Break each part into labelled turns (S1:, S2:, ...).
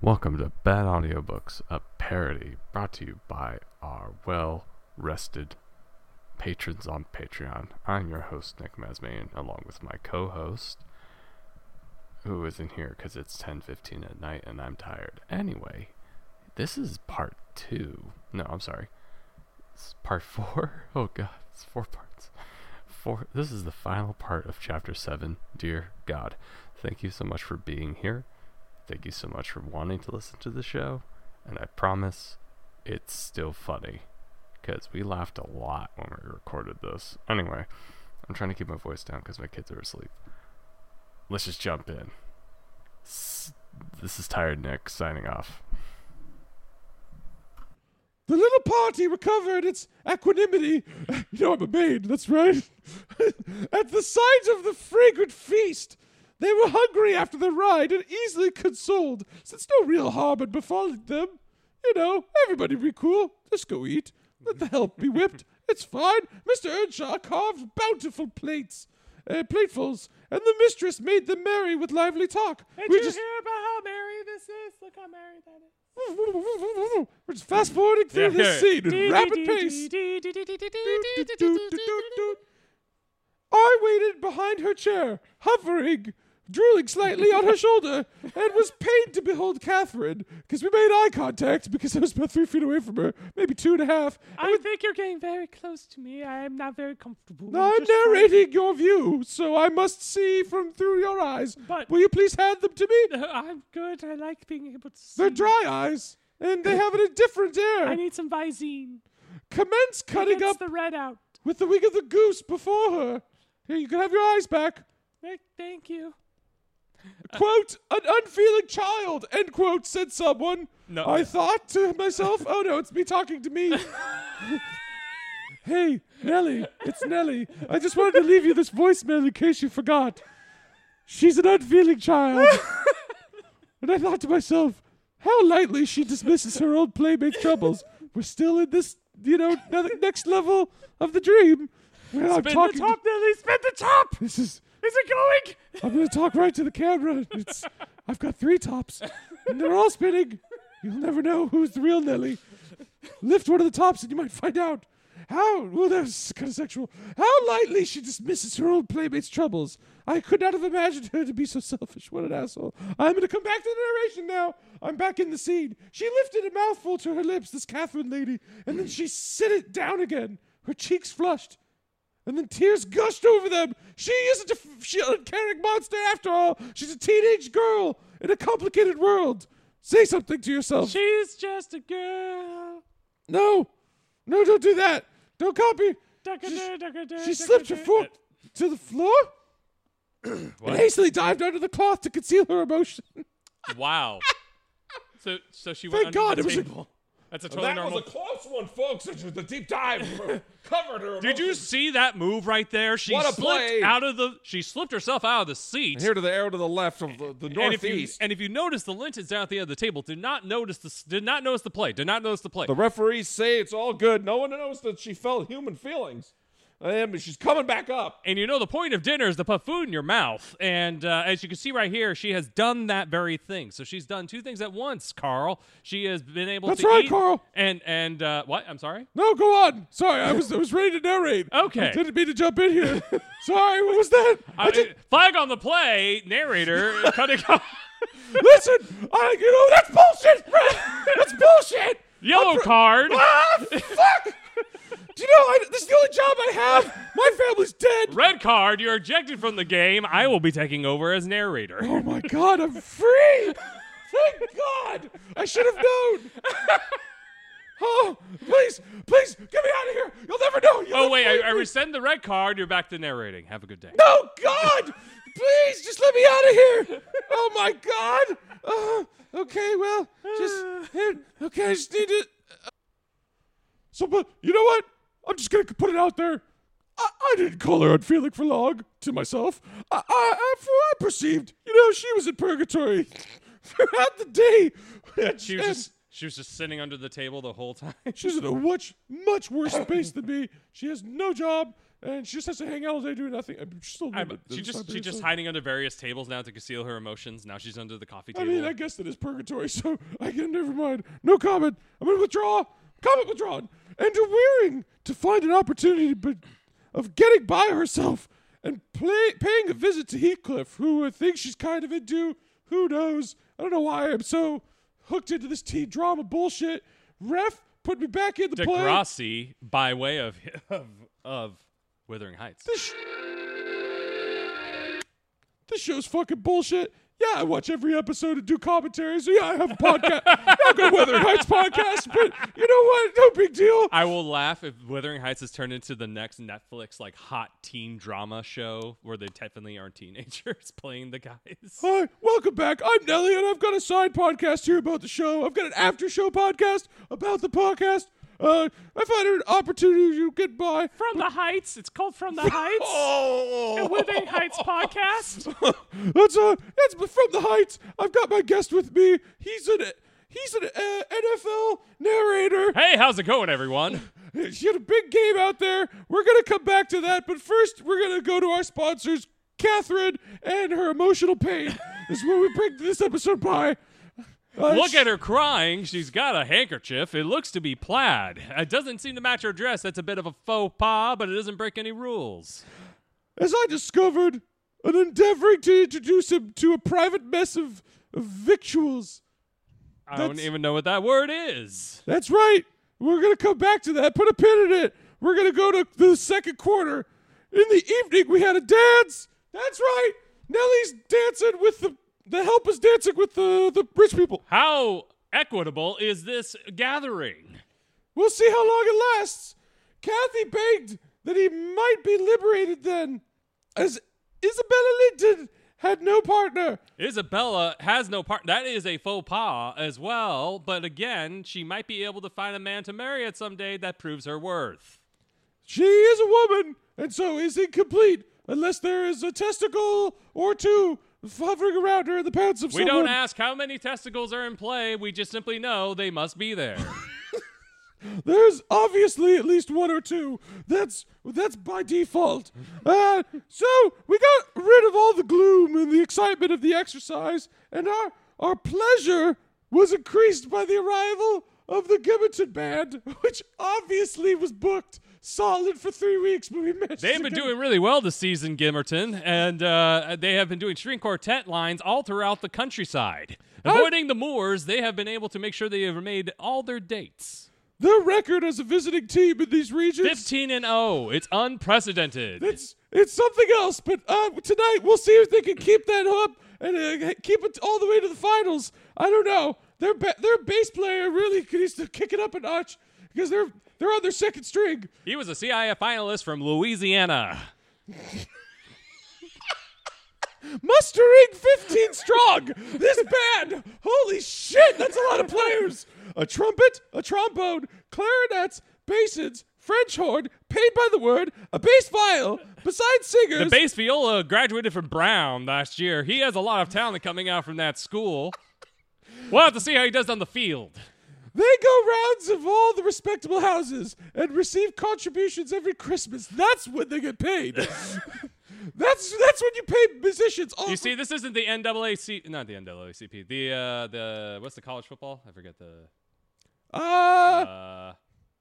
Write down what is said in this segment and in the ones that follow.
S1: Welcome to Bad Audiobooks, a parody brought to you by our well rested patrons on Patreon. I'm your host, Nick Mesmain, along with my co host, who isn't here because it's 10.15 at night and I'm tired. Anyway, this is part two. No, I'm sorry. It's part four. Oh, God. It's four parts. Four. This is the final part of chapter seven. Dear God, thank you so much for being here. Thank you so much for wanting to listen to the show. And I promise it's still funny because we laughed a lot when we recorded this. Anyway, I'm trying to keep my voice down because my kids are asleep. Let's just jump in. S- This is Tired Nick signing off.
S2: The little party recovered its equanimity. You know, I'm a maid, that's right. At the sight of the fragrant feast, they were hungry after their ride and easily consoled, since no real harm had befallen them. You know, everybody be cool. Just go eat. Let the help be whipped. It's fine. Mr. Earnshaw carved bountiful plates, uh, platefuls, and the mistress made them merry with lively talk. we just
S3: about how merry this is? Look how merry that is.
S2: we're just fast forwarding through
S1: Yeah,
S2: this
S1: yeah.
S2: scene in rapid pace. I waited behind her chair, hovering, drooling slightly on her shoulder, and was pained to behold Catherine because we made eye contact because I was about three feet away from her, maybe two and a half. And
S3: I
S2: with-
S3: think you're getting very close to me. I am not very comfortable.
S2: I'm
S3: Just trying-
S2: narrating your view, so I must see from through your eyes.
S3: But-
S2: Will you please hand them to me?
S3: Uh, I'm good. I like being able to see.
S2: They're dry eyes, and they have an indifferent air.
S3: I need some Visine.
S2: Commence cutting
S3: Gets
S2: up
S3: the red out.
S2: with the wing of the goose before her. Here, you can have your eyes back.
S3: Th- Thank you.
S2: quote, an unfeeling child, end quote, said someone.
S3: No.
S2: I thought to myself, oh no, it's me talking to me. hey, Nellie, it's Nellie. I just wanted to leave you this voicemail in case you forgot. She's an unfeeling child. and I thought to myself, how lightly she dismisses her old playmate's troubles. We're still in this, you know, ne- next level of the dream. Well, I'm
S3: Spin the
S2: talking to-
S3: top, Nelly. Spin the top.
S2: this is
S3: Is it going?
S2: I'm gonna talk right to the camera. It's I've got three tops, and they're all spinning. You'll never know who's the real Nelly. Lift one of the tops, and you might find out how. Well, that's kind of sexual. How lightly she dismisses her old playmate's troubles. I could not have imagined her to be so selfish. What an asshole! I'm gonna come back to the narration now. I'm back in the scene. She lifted a mouthful to her lips, this Catherine lady, and then she set it down again. Her cheeks flushed and then tears gushed over them. She isn't a f- she, uncaring monster after all. She's a teenage girl in a complicated world. Say something to yourself.
S3: She's just a girl.
S2: no, no, don't do that. Don't copy.
S3: Duck-a-doo, duck-a-doo,
S2: She slipped her
S3: duck-a-doo.
S2: foot to the floor and hastily dived under the cloth to conceal her emotion.
S4: Wow. so so she went
S2: Thank
S4: under
S2: God
S4: the
S2: it was a-
S4: table. That's a totally normal.
S2: close one, folks. It was a deep dive. Covered her.
S4: Did you see that move right there? She
S2: What a
S4: slipped
S2: play.
S4: out of the she slipped herself out of the seat.
S2: Here to the arrow to the left of the, the
S4: and if you
S2: northeast.
S4: and if you notice the lint is down at the end of the table, did not notice the s- did not notice the play. Did not notice the play.
S2: The referees say it's all good. No one knows that she felt human feelings. Um, she's coming back up.
S4: and you know the point of dinner is to put food in your mouth. And uh, as you can see right here, she has done that very thing. So she's done two things at once, Carl. She has been able
S2: That's
S4: to
S2: right,
S4: eat
S2: Carl.
S4: and and uh, what? I'm sorry.
S2: No, go on. Sorry, I was I was ready to narrate.
S4: Okay.
S2: I didn't mean to jump in here. Sorry, what was that? I
S4: Uh,
S2: did,
S4: flag on the play, narrator cutting off.
S2: listen, I you know that's bullshit, Brad. That's bullshit.
S4: Yellow
S2: I'm pro-
S4: card.
S2: Ah, fuck. Do you know I, this is the only job I have? My family's dead.
S4: Red card. You're ejected from the game. I will be taking over as narrator.
S2: Oh my god, I'm free! Thank God! I should have known! Oh, please, please, get me out of here! You'll never know! You'll
S4: Oh
S2: never
S4: wait, I, I
S2: believe me.
S4: rescind the red card. You're back to narrating. Have a good day.
S2: No, Oh, God! Please, just let me out of here! Oh my God! Uh, okay, well, just here. Okay, I just need to. uh, So, but you know what? I'm just gonna put it out there. I, I didn't call her unfeeling for long to myself. I, I, I, for I perceived, you know, she was in purgatory throughout the day.
S4: She was just She was just sitting under the table the whole time.
S2: She's in a much, much worse space than me. She has no job, and she just has to hang out all day doing nothing. I'm still.
S4: I'm-
S2: doing the-
S4: she
S2: the
S4: just she
S2: Siberian
S4: just
S2: stuff.
S4: hiding under various tables now to conceal her emotions. Now she's under the coffee
S2: I
S4: table.
S2: mean, I guess that is purgatory, so I can never mind. No comment. I'm gonna withdraw. Comment withdrawn. And to Wearing to find an opportunity, but of getting by herself and play, paying a visit to Heathcliff, who I think she's kind of into. Who knows? I don't know why I'm so hooked into this teen drama bullshit. Ref, put me back in the play.
S4: Degrassi, by way of of of Withering Heights.
S2: this, sh- this show's fucking bullshit. Yeah, I watch every episode and do commentaries. Yeah, I have a podcast. Not good Weather Heights podcast, but you know what? No big deal.
S4: I will laugh if Withering Heights is turned into the next Netflix like hot teen drama show where they definitely are teenagers playing the guys.
S2: Hi, welcome back. I'm Nelly, and I've got a side podcast here about the show. I've got an after show podcast about the podcast. Uh, I find it an opportunity to get by.
S3: From the Heights. It's called From the Heights.
S2: Oh,
S3: The Withering Heights podcast.
S2: That's uh, that's from the heights. I've got my guest with me. He's an he's an uh, NFL narrator.
S4: Hey, how's it going, everyone?
S2: She had a big game out there. We're gonna come back to that, but first we're gonna go to our sponsors, Catherine and her emotional pain. this is what we bring this episode by. Uh,
S4: Look
S2: sh-
S4: at her crying. She's got a handkerchief. It looks to be plaid. It doesn't seem to match her dress. That's a bit of a faux pas, but it doesn't break any rules.
S2: As I discovered, an endeavoring to introduce him to a private mess of, of victuals.
S4: I don't
S2: That's-
S4: even know what that word is.
S2: That's right. We're going to come back to that. Put a pin in it. We're going to go to the second quarter. In the evening, we had a dance. That's right. Nellie's dancing with the. The help is dancing with the, the rich people.
S4: How equitable is this gathering?
S2: We'll see how long it lasts. Kathy begged that he might be liberated then, as Isabella Linton had no partner.
S4: Isabella has no part. That is a faux pas as well, but again, she might be able to find a man to marry at some day that proves her worth.
S2: She is a woman, and so is incomplete unless there is a testicle or two hovering around her in the pants of
S4: We
S2: someone.
S4: don't ask how many testicles are in play, we just simply know they must be there.
S2: There's obviously at least one or two. That's that's by default. Uh, so we got rid of all the gloom and the excitement of the exercise, and our our pleasure was increased by the arrival of the Gimmerton band, which obviously was booked solid for three weeks, but we managed.
S4: They've
S2: to
S4: been
S2: get-
S4: doing really well this season, Gimmerton, and uh, they have been doing string quartet lines all throughout the countryside. Avoiding the moors, they have been able to make sure they have made all their dates.
S2: their record as a visiting team in these regions.
S4: 15 and 0. It's unprecedented.
S2: It's it's something else. But uh, tonight we'll see if they can keep that up and uh, keep it all the way to the finals. I don't know. Their ba- their bass player really needs to kick it up a notch because they're they're on their second string.
S4: He was a CIF finalist from Louisiana.
S2: mustering 15 strong. This band, holy shit, that's a lot of players. A trumpet, a trombone, clarinets, basses, French horn, paid by the word, a bass viol, besides singers.
S4: The bass viola graduated from Brown last year. He has a lot of talent coming out from that school. We'll have to see how he does on the field.
S2: They go rounds of all the respectable houses and receive contributions every Christmas. That's when they get paid. that's that's when you pay musicians. Oh, All
S4: You see, this isn't the NAACP, not the NAACP. The uh, the what's the college football? I forget the.
S2: uh,
S4: Uh,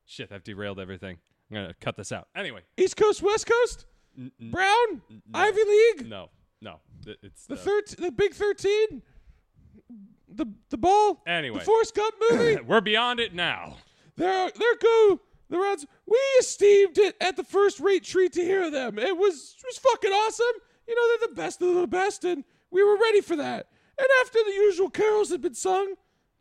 S4: shit, I've derailed everything. I'm gonna cut this out. Anyway,
S2: East Coast, West Coast, Brown, Ivy League,
S4: no, no, th- it's
S2: the
S4: uh,
S2: thir- the Big Thirteen, the the ball.
S4: Anyway.
S2: the Forrest Gump movie.
S4: We're beyond it now.
S2: there, there go the rounds. We esteemed it at the first rate treat to hear them. It was it was fucking awesome. You know they're the best of the best, and we were ready for that. And after the usual carols had been sung,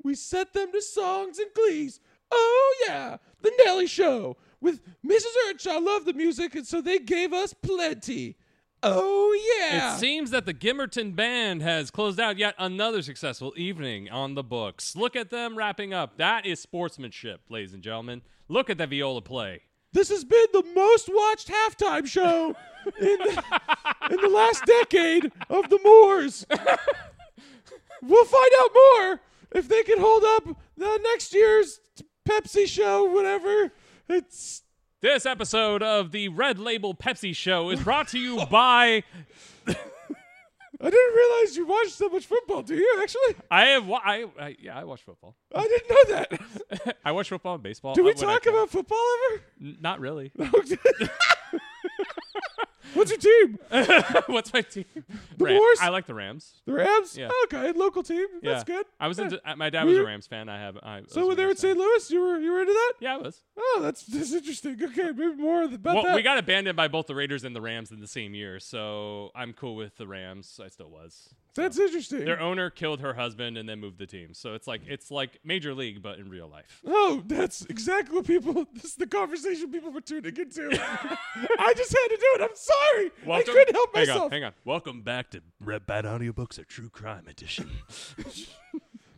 S2: we set them to songs and glees. Oh yeah, the Nelly Show with Mrs. Earnshaw loved the music, and so they gave us plenty. Oh yeah.
S4: It seems that the Gimmerton Band has closed out yet another successful evening on the books. Look at them wrapping up. That is sportsmanship, ladies and gentlemen. Look at that viola play.
S2: This has been the most watched halftime show in the, in the last decade of the Moors. We'll find out more if they can hold up the next year's Pepsi show, whatever. It's
S4: This episode of the Red Label Pepsi Show is brought to you by.
S2: I didn't realize you watched so much football. Do you actually?
S4: I have. Wa- I, I yeah. I watch football.
S2: I didn't know that.
S4: I watch football and baseball.
S2: Do we
S4: uh, when I
S2: talk
S4: can.
S2: about football ever?
S4: N- Not really.
S2: What's your team?
S4: What's my team?
S2: The
S4: Ram-
S2: Wars?
S4: I like the Rams.
S2: The Rams.
S4: Yeah.
S2: Okay, local team. That's
S4: yeah.
S2: good.
S4: I was
S2: Yeah.
S4: into. uh, My dad was a
S2: Weird.
S4: Rams fan. I have. I,
S2: So when they were
S4: would
S2: in
S4: say,
S2: St. Louis, you were you were into that?
S4: yeah, I was.
S2: Oh, that's that's interesting. Okay, maybe more about
S4: Well,
S2: that.
S4: we got abandoned by both the Raiders and the Rams in the same year, so I'm cool with the Rams. I still was.
S2: that's interesting.
S4: Their owner killed her husband and then moved the team, so it's like it's like Major League, but in real life.
S2: Oh, that's exactly what people. This is the conversation people were tuning into. I just had to do it. I'm sorry. I couldn't help
S4: hang
S2: myself.
S4: On, hang on. Welcome back to Red Bad Audiobooks, a True Crime Edition.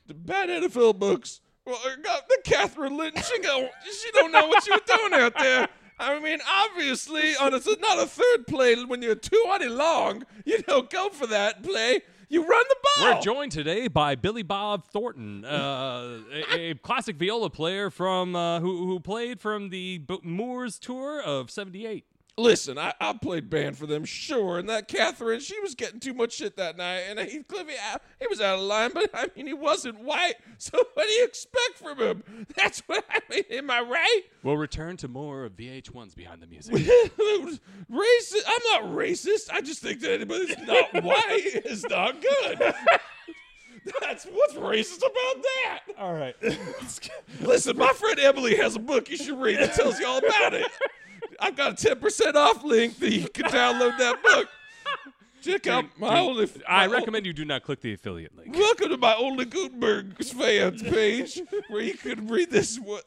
S2: The bad NFL books. Well, I got the Catherine Linton. She go. She don't know what she was doing out there. I mean, obviously, on a, it's not a third play when you're two on it long. You don't go for that play. You run the ball.
S4: We're joined today by Billy Bob Thornton, uh, a, a classic viola player from uh, who who played from the B- Moors tour of '78.
S2: Listen, I, I played band for them, sure, and that Catherine, she was getting too much shit that night, and Heathcliff, he, he was out of line, but I mean, he wasn't white, so what do you expect from him? That's what I mean, am I right?
S4: We'll return to more of VH1's Behind the Music.
S2: racist? I'm not racist. I just think that anybody that's not white is not good. That's what's racist about that.
S4: All right.
S2: Listen, my friend Emily has a book you should read that tells you all about it. I've got a 10% off link that you can download that book. Check out my only.
S4: I
S2: my o-
S4: recommend you do not click the affiliate link.
S2: Welcome to my only Gutenberg fans page, where you can read this what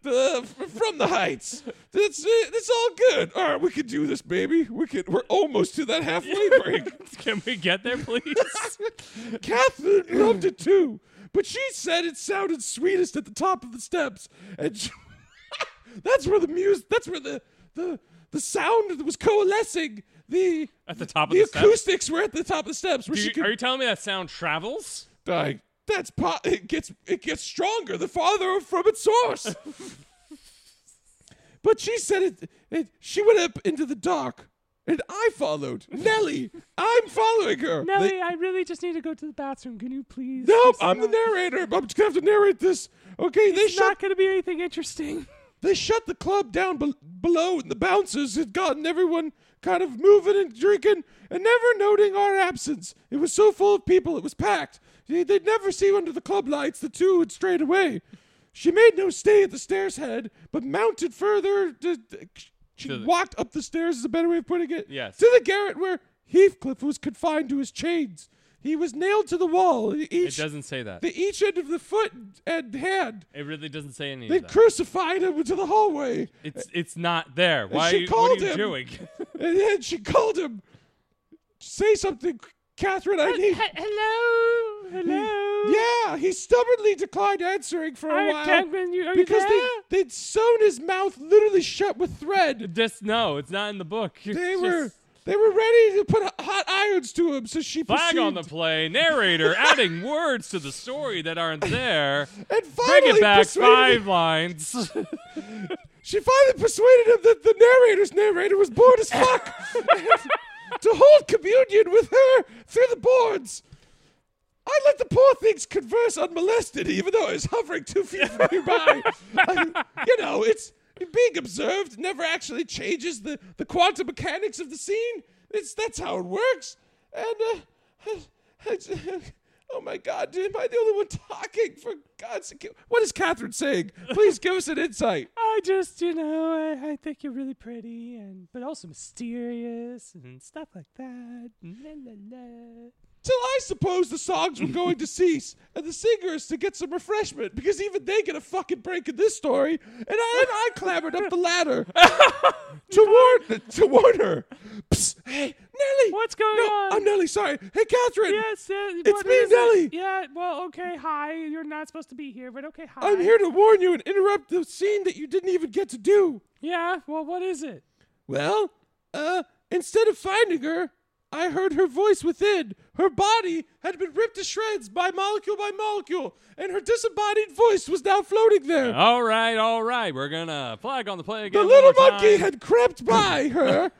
S2: the from the heights. That's it. It's all good. All right, we can do this, baby. We can. We're almost to that halfway break.
S4: Can we get there, please?
S2: Catherine loved it too, but she said it sounded sweetest at the top of the steps, and she- that's where the music. That's where the the the sound was coalescing. The
S4: At the top of
S2: the
S4: the steps?
S2: acoustics were at the top of the steps. Where
S4: Do
S2: she
S4: you-
S2: could
S4: are you telling me that sound travels?
S2: like that's po- it gets it gets stronger the farther from its source. but she said it, it. She went up into the dark, and I followed Nellie. I'm following her.
S3: Nelly,
S2: They-
S3: I really just need to go to the bathroom. Can you please?
S2: nope,
S3: It's
S2: I'm the
S3: not-
S2: narrator. I'm just gonna have to narrate this. Okay, they
S3: It's not
S2: shut
S3: going to be anything interesting.
S2: they shut the club down bel below, and the bouncers had gotten everyone kind of moving and drinking and never noting our absence. It was so full of people, it was packed. They- They'd never see under the club lights the two had strayed away. She made no stay at the stairs head, but mounted further. To, to- she
S4: To the-
S2: walked up the stairs, is a better way of putting it.
S4: Yes.
S2: To the garret where Heathcliff was confined to his chains. He was nailed to the wall. and
S4: It
S2: Each,
S4: doesn't say that.
S2: the each end of the foot and hand.
S4: It really doesn't say any
S2: They
S4: of that.
S2: crucified him into the hallway.
S4: it's it's not there. Why?
S2: she
S4: Are you, what are
S2: called
S4: you
S2: him.
S4: doing?
S2: And then she called him. Say something, Catherine. I need.
S3: hello, hello.
S2: Yeah, he stubbornly declined answering for a
S3: Hi,
S2: while
S3: Catherine, you- are you
S2: because
S3: there?
S2: they they'd sewn his mouth literally shut with thread.
S4: Just no. It's not in the book. It's
S2: They
S4: just-
S2: were they were ready to put h- hot irons to him, so she
S4: flag on the
S2: perceived-
S4: play. Narrator adding words to the story that aren't there.
S2: and finally
S4: Bring it back
S2: persuaded him-
S4: five lines.
S2: She finally persuaded him that the narrator's narrator was bored as fuck to hold communion with her through the boards. I let the poor things converse unmolested, even though I was hovering two feet from nearby. I- you know, it's being observed never actually changes the, the quantum mechanics of the scene. It's that's how it works. And uh, I j- oh my God, am I the only one talking? For God's sake, what is Catherine saying? Please give us an insight.
S3: I just, you know, I, I think you're really pretty, and but also mysterious and stuff like that. La, la, la.
S2: Till I suppose the songs were going to cease and the singers to get some refreshment because even they get a fucking break in this story. And I, and I clambered up the ladder to warn to warn her. Psst, hey, Nelly.
S3: What's going
S2: no,
S3: on?
S2: I'm Nelly. Sorry. Hey, Catherine.
S3: Yes, uh,
S2: It's
S3: what
S2: me,
S3: is it?
S2: Nelly.
S3: Yeah, well, okay, hi. You're not supposed to be here, but okay, hi.
S2: I'm here to warn you and interrupt the scene that you didn't even get to do.
S3: Yeah, well, what is it?
S2: Well, uh, instead of finding her, I heard her voice within. Her body had been ripped to shreds by molecule by molecule, and her disembodied voice was now floating there.
S4: All right, all right. We're gonna flag on the play again.
S2: the
S4: one
S2: little
S4: more
S2: monkey
S4: time.
S2: had crept by her.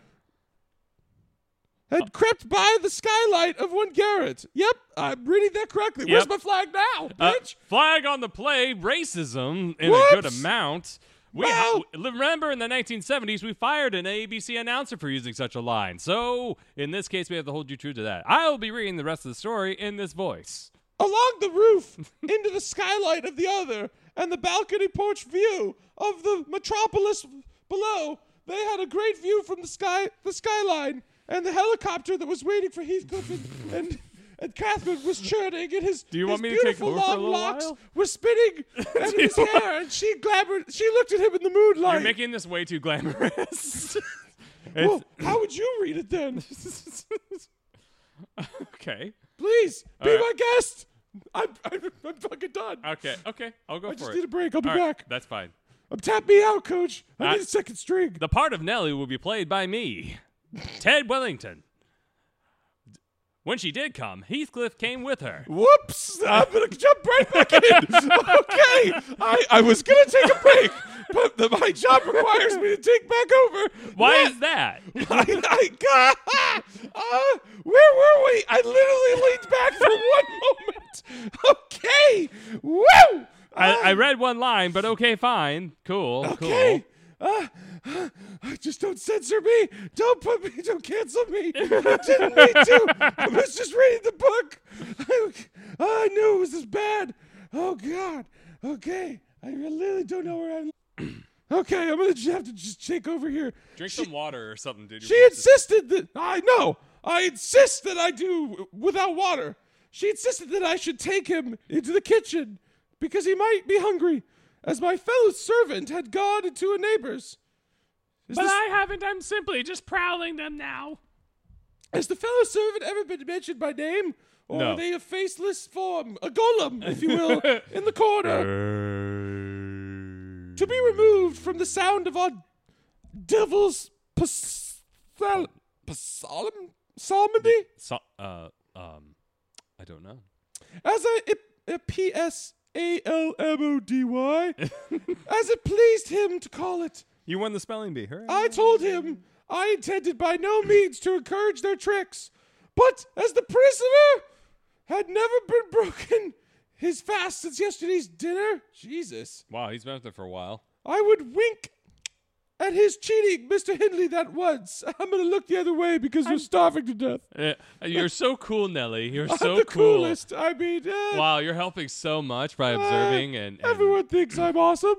S2: Had crept by the skylight of one garret. Yep, I'm reading that correctly. Where's
S4: Yep.
S2: my flag now,
S4: Uh,
S2: bitch?
S4: flag on the play, racism in a good
S2: Whoops.
S4: amount. We
S2: Wow.
S4: we- remember in the 1970s we fired an ABC announcer for using such a line. So in this case, we have to hold you true to that. I will be reading the rest of the story in this voice.
S2: Along the roof, into the skylight of the other, and the balcony porch view of the metropolis below, they had a great view from the sky, the skyline, and the helicopter that was waiting for Heathcliff and, and, and Catherine was churning, and his, Do
S4: you want me to take
S2: beautiful
S4: over for a
S2: long
S4: little
S2: locks
S4: while?
S2: were spinning and his
S4: you
S2: hair, and she glamored, she looked at him in the moonlight.
S4: You're making this way too glamorous.
S2: Well, Oh, how would you read it then?
S4: okay.
S2: Please, be
S4: right.
S2: my guest. I'm, I'm, I'm fucking done.
S4: Okay. Okay. I'll go
S2: I
S4: for
S2: just
S4: it.
S2: need a break. I'll be
S4: All right,
S2: back.
S4: That's fine.
S2: Um, tap me out, coach. I
S4: Uh,
S2: need a second string.
S4: The part of Nellie will be played by me, Ted Wellington. When she did come, Heathcliff came with her.
S2: Whoops! I'm gonna jump right back in. okay, I, I was gonna take a break, but the, my job requires me to take back over.
S4: Why
S2: Yeah,
S4: is that?
S2: I, I, uh, where were we? I literally leaned back for one moment. Okay, woo!
S4: I, I read one line, but okay, fine, cool,
S2: Okay. Uh, just don't censor me. Don't put me. Don't cancel me. I didn't mean to. I was just reading the book. I, oh, I knew it was this bad. Oh God. Okay. I really don't know where I'm. Okay, I'm gonna just have to just take over here.
S4: cool. Drink some water or something, dude.
S2: She insisted that I know. I insist that I do without water. She insisted that I should take him into the kitchen because he might be hungry, as my fellow servant had gone into a neighbor's. Is this-
S4: haven't. I'm simply just prowling them now.
S2: Has the fellow servant ever been mentioned by name? Or
S4: No.
S2: are they a faceless form, a golem, if you will, in the corner? to be removed from the sound of our devil's pas- sal- pasalm- psalmody?
S4: So, uh, um, I don't know.
S2: As I a P S A L M O D Y, as it pleased him to call it.
S4: You won the spelling bee. Hooray.
S2: I told him I intended by no means to encourage their tricks, but as the prisoner had never been broken his fast since yesterday's dinner, Jesus,
S4: wow, he's been up there for a while.
S2: I would wink at his cheating, Mr. Hindley, that once. I'm gonna look the other way because we're starving to death.
S4: Uh, you're so cool, Nelly. You're so
S2: I'm the
S4: cool.
S2: coolest. I mean, uh,
S4: Wow, you're helping so much by
S2: uh,
S4: observing and, and
S2: everyone thinks I'm awesome.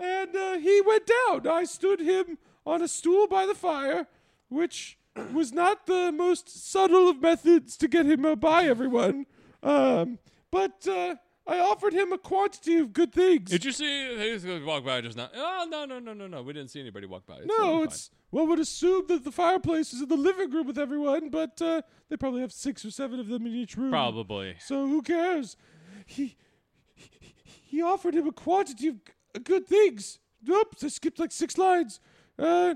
S2: And uh, he went down. I stood him on a stool by the fire, which was not the most subtle of methods to get him uh, by everyone. Um, but uh, I offered him a quantity of good things.
S4: Did you see who's going to walk by just now? Oh no no no no no! We didn't see anybody walk by. It's totally
S2: no,
S4: fine.
S2: it's one would assume that the fireplace is in the living room with everyone, but uh, they probably have six or seven of them in each room.
S4: probably.
S2: So who cares? He he, he offered him a quantity of g- uh, good things. Oops, I skipped like six lines. Uh,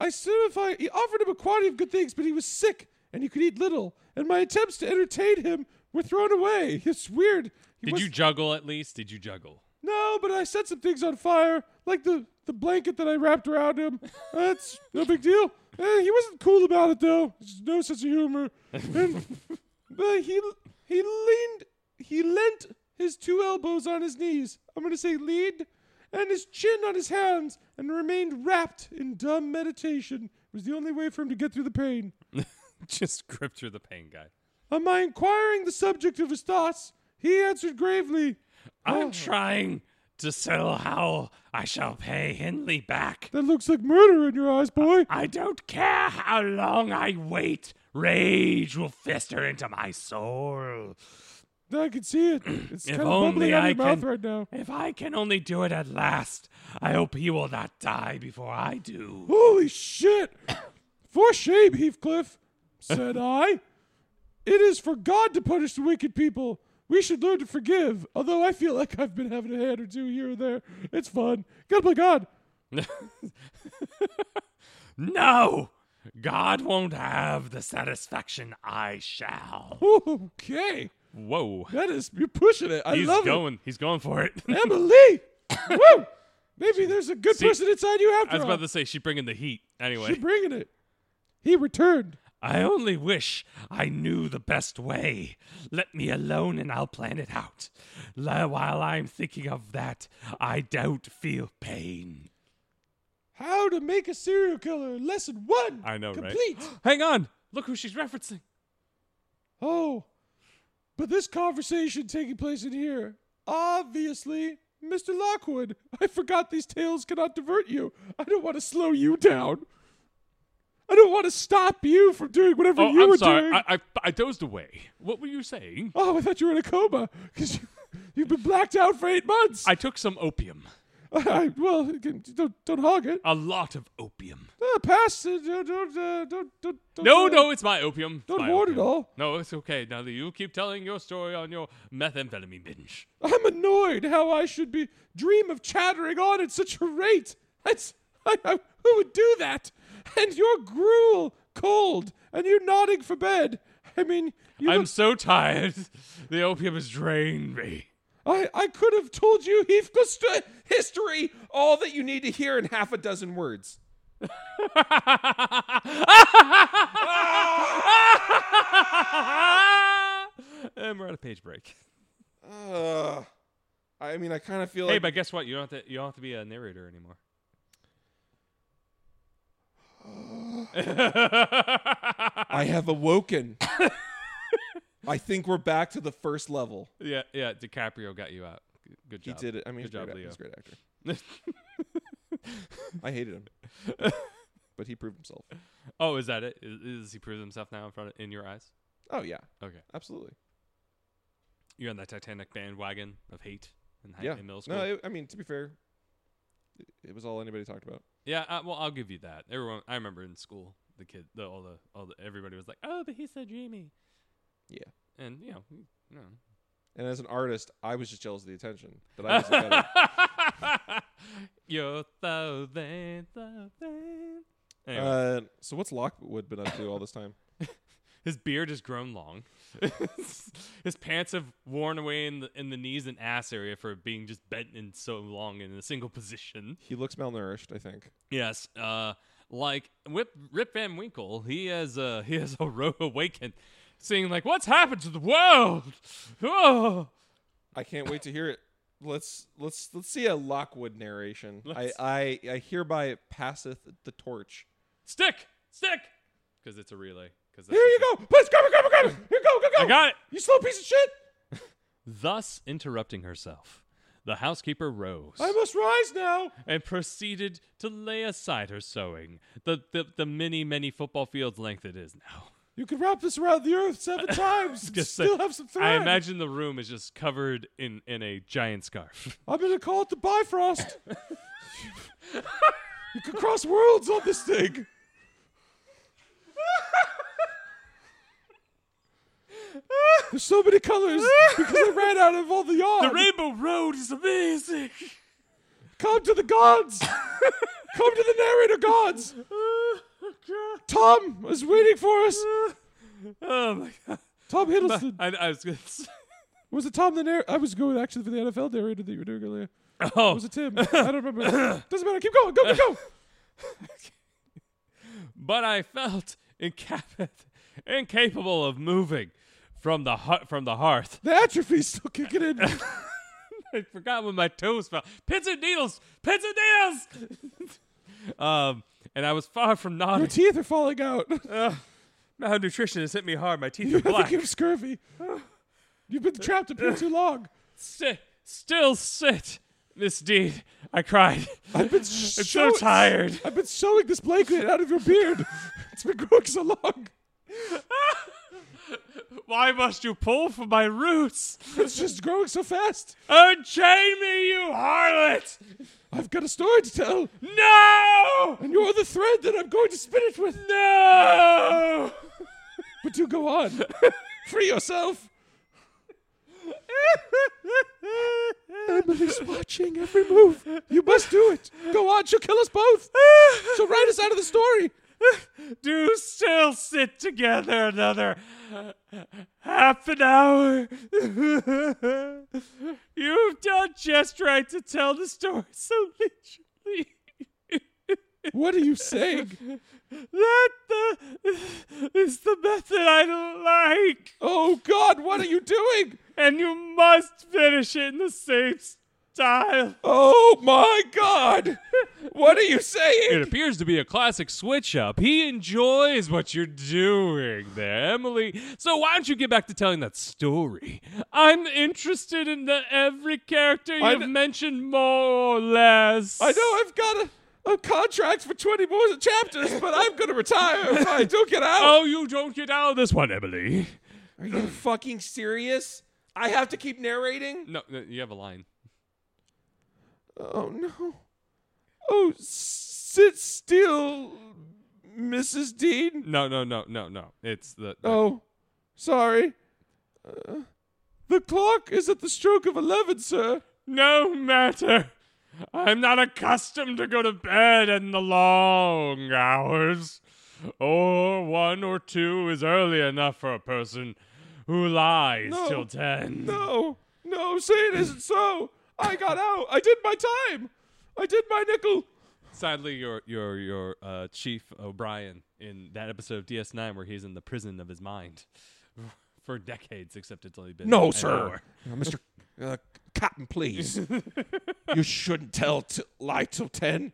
S2: I certify he offered him a quantity of good things, but he was sick and he could eat little. And my attempts to entertain him were thrown away. It's weird. He
S4: Did
S2: was-
S4: you juggle at least? Did you juggle?
S2: No, but I set some things on fire, like the the blanket that I wrapped around him. That's no big deal. Eh, he wasn't cool about it though. There's no sense of humor. And but he he leaned he leant his two elbows on his knees. I'm gonna say leaned, and his chin on his hands, and remained wrapped in dumb meditation. It was the only way for him to get through the pain.
S4: Just gripped through the pain, guy.
S2: On my inquiring the subject of his thoughts, he answered gravely,
S4: I'm trying to settle how I shall pay Hindley back.
S2: "That looks like murder in your eyes, boy."
S4: I don't care how long I wait. Rage will fester into my soul.
S2: I can see it. It's
S4: If
S2: kind of
S4: only
S2: bubbling out of
S4: I
S2: your mouth
S4: can-
S2: right now.
S4: If I can only do it at last, I hope he will not die before I do.
S2: Holy shit! for shame, Heathcliff, said I. It is for God to punish the wicked people. We should learn to forgive, although I feel like I've been having a hand or two here or there. It's fun. Gotta play God.
S4: No! God won't have the satisfaction I shall.
S2: Okay.
S4: Whoa.
S2: That is, you're pushing it. I
S4: He's
S2: love
S4: going. He's going for it.
S2: it. Emily! Woo! Maybe there's a good
S4: See,
S2: person inside you after
S4: I was
S2: all.
S4: about to say she's bringing the heat. Anyway,
S2: She's bringing it. He returned.
S4: I only wish I knew the best way. Let me alone and I'll plan it out. Li- While I'm thinking of that, I don't feel pain.
S2: How to make a serial killer. Lesson one.
S4: I know, right?
S2: complete.
S4: Hang on. Look who she's referencing.
S2: Oh, but this conversation taking place in here. Obviously, Mr. Lockwood, I forgot these tales cannot divert you. I don't want to slow you down. I don't want to stop you from doing whatever
S4: Oh,
S2: you
S4: I'm
S2: were
S4: sorry.
S2: doing.
S4: I, I, I dozed away. What were you saying?
S2: Oh, I thought you were in a coma because you, you've been blacked out for eight months.
S4: I took some opium.
S2: I, well, again, don't don't hog it.
S4: A lot of opium.
S2: Uh, pass. Uh, don't don't uh, don't don't. don't,
S4: No,
S2: uh,
S4: no, it's my opium. It's
S2: Don't
S4: my
S2: hoard it
S4: opium.
S2: all.
S4: No, it's okay. Now that you keep telling your story on your methamphetamine binge.
S2: I'm annoyed how I should be dream of chattering on at such a rate. That's I, I, who would do that? And your gruel cold, and you nodding for bed. I mean, you
S4: I'm
S2: look-
S4: so tired. The opium has drained me.
S2: I I could have told you uh, Heathcliff.
S5: History, all that you need to hear in half a dozen words.
S4: and we're at a page break.
S5: Ugh. I mean, I kind of feel
S4: Hey,
S5: like.
S4: but guess what? You don't have to. You don't have to be a narrator anymore.
S5: I have awoken. I think we're back to the first level.
S4: yeah, yeah. DiCaprio got you out. G- Good
S5: He
S4: job.
S5: did it. I mean,
S4: good
S5: he's, a
S4: job,
S5: great, act- he's a
S4: Leo.
S5: great actor. I hated him, but he proved himself.
S4: Oh, is that it? Is, is he proves himself now in front of, in your eyes?
S5: Oh yeah,
S4: Okay,
S5: absolutely.
S4: you're on that Titanic bandwagon of hate in, high,
S5: Yeah.
S4: in middle school.
S5: No, it, I mean to be fair, it, it was all anybody talked about.
S4: yeah, uh, well, I'll give you that. Everyone, I remember in school, the kid, the all the all the everybody was like, "Oh, but he's so dreamy,"
S5: Yeah.
S4: and you know, you know.
S5: And as an artist, I was just jealous of the attention that I wasn't getting.
S4: You're so vain, so vain. Anyway,
S5: Uh, so what's Lockwood been up to all this time?
S4: his beard has grown long. his pants have worn away in the in the knees and ass area for being just bent in so long in a single position.
S5: He looks malnourished. I think.
S4: Yes, uh, like Whip, Rip Van Winkle, he has uh, he has a ro- awakened, seeing like what's happened to the world. Oh.
S5: I can't wait to hear it. Let's let's let's see a Lockwood narration. I,
S4: Let's-
S5: I I hereby passeth the torch.
S4: Stick, stick, because it's a relay. Because
S2: Here you go. Please grab it, grab it, grab it. Here, go, go, go.
S4: I got it.
S2: You slow piece of shit.
S4: Thus interrupting herself, the housekeeper rose
S2: I must rise now.
S4: and proceeded to lay aside her sewing. The, the the many many football fields length it is now.
S2: You can wrap this around the earth seven times. and
S4: Just
S2: still
S4: like-
S2: have some thread.
S4: I imagine the room is just covered in in a giant scarf.
S2: I'm gonna call it the Bifrost. you can cross worlds on this thing. There's so many colors because I ran out of all the yarn.
S4: Rainbow Road is amazing.
S2: Come to the gods. Come to the narrator gods. Tom is waiting for us.
S4: Oh my god!
S2: Tom Hiddleston.
S4: I, I was gonna. Say,
S2: Was it Tom the narrator? I was going actually for the NFL narrator that you were doing earlier.
S4: oh,
S2: Was it Tim? I don't remember. Doesn't matter. Keep going. Go, go, go.
S4: but I felt incap- incapable of moving from the hu- from the hearth.
S2: The atrophy's still kicking in.
S4: I forgot when my toes fell. Pins and needles, pins and needles. um, and I was far from
S2: Your
S4: nodding.
S2: teeth are falling out.
S4: Malnutrition has hit me hard. My teeth
S2: You
S4: are
S2: have to
S4: black.
S2: give scurvy. You've been trapped up here too long.
S4: Sit, still sit, misdeed. I cried.
S2: I've been
S4: I'm so tired.
S2: I've been sewing this blanket out of your beard. It's been growing so long.
S4: Why must you pull from my roots?
S2: It's just growing so fast.
S4: Unchain me, you harlot!
S2: I've got a story to tell,
S4: No!
S2: and you're the thread that I'm going to spin it with.
S4: No!
S2: But do go on. Free yourself. Emily's watching every move. You must do it. Go on, she'll kill us both. She'll write us out of the story.
S6: do still sit together another half an hour. You've done just right to tell the story so literally
S2: What are you saying?
S6: that the, is the method I like,
S2: Oh God, what are you doing?
S6: and you must finish it in the same style.
S2: Oh my God, what are you
S4: It
S2: saying?
S4: appears to be a classic switch up. He enjoys what you're doing there, Emily. So why don't you get back to telling that story? I'm interested in the every character
S2: I
S4: you've
S2: kn-
S4: mentioned more or less.
S2: I know I've got a, a contract for twenty more chapters, but I'm gonna retire if I don't get out.
S4: Oh, you don't get out of this one, Emily.
S2: Are you fucking serious? I have to keep narrating?
S4: No, no, you have a line.
S2: Oh no. Oh, sit still, Mrs. Dean.
S4: No, no, no, no, no. It's the, the
S2: Oh, sorry. Uh, the clock is at the stroke of 11, sir.
S4: no matter. I'm not accustomed to go to bed in the long hours. Or one or two is early enough for a person who lies
S2: No.
S4: till ten.
S2: No, no, say it isn't so. I got out. I did my time. I did my nickel.
S4: Sadly, your your your uh, chief O'Brien in that episode of DS9 where he's in the prison of his mind for decades, except it's only been
S2: No,
S4: an
S2: sir.
S4: hour.
S2: Uh, Mr. Uh, Cotton, please. you shouldn't tell t- lie till 10.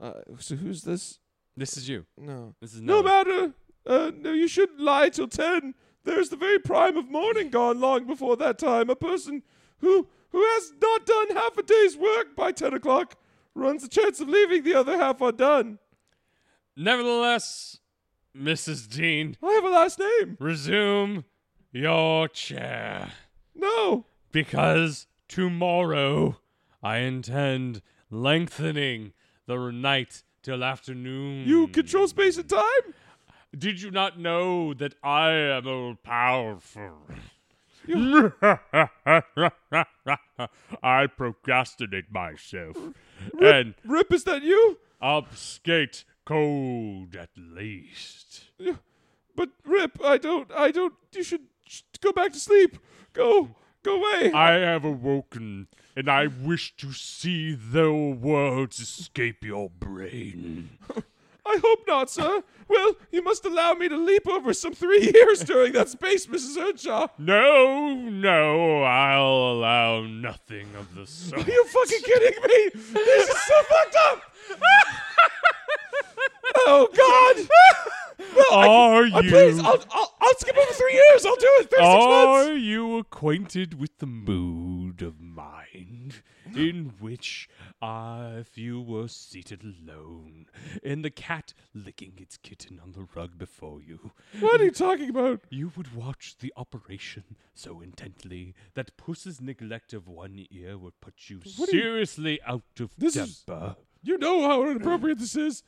S2: Uh, so who's this?
S4: This is you.
S2: No.
S4: This is
S2: No
S4: Noah.
S2: matter. Uh, no, you shouldn't lie till ten. There's the very prime of morning gone long before that time. A person who who has not done half a day's work by ten o'clock runs the chance of leaving the other half undone.
S4: Nevertheless, Mrs. Dean,
S2: I have a last name.
S4: resume your chair.
S2: No.
S4: because tomorrow I intend lengthening the night till afternoon.
S2: You control space and time?
S4: Did you not know that I am all powerful? I procrastinate myself and
S2: Rip, is that you?
S4: obfuscate code at least.
S2: But Rip, I don't I don't you should sh- go back to sleep. Go go away.
S4: I have awoken and I wish to see their words escape your brain.
S2: I hope not, sir. Well, you must allow me to leap over some three years during that space, Mrs. Earnshaw.
S4: No, no, I'll allow nothing of the sort.
S2: Are you fucking kidding me? This is so fucked up. oh God. Well, I-
S4: Are
S2: I,
S4: you
S2: please, I'll, I'll, I'll skip over three years. I'll do it. Thirty-six
S4: are
S2: months.
S4: you acquainted with the mood of mind in which uh, if you were seated alone and the cat licking its kitten on the rug before you,
S2: What are you talking about?
S4: You would watch the operation so intently that Puss's neglect of one ear would put you
S2: are you-
S4: seriously out of
S2: This is-
S4: temper.
S2: You know how inappropriate this is.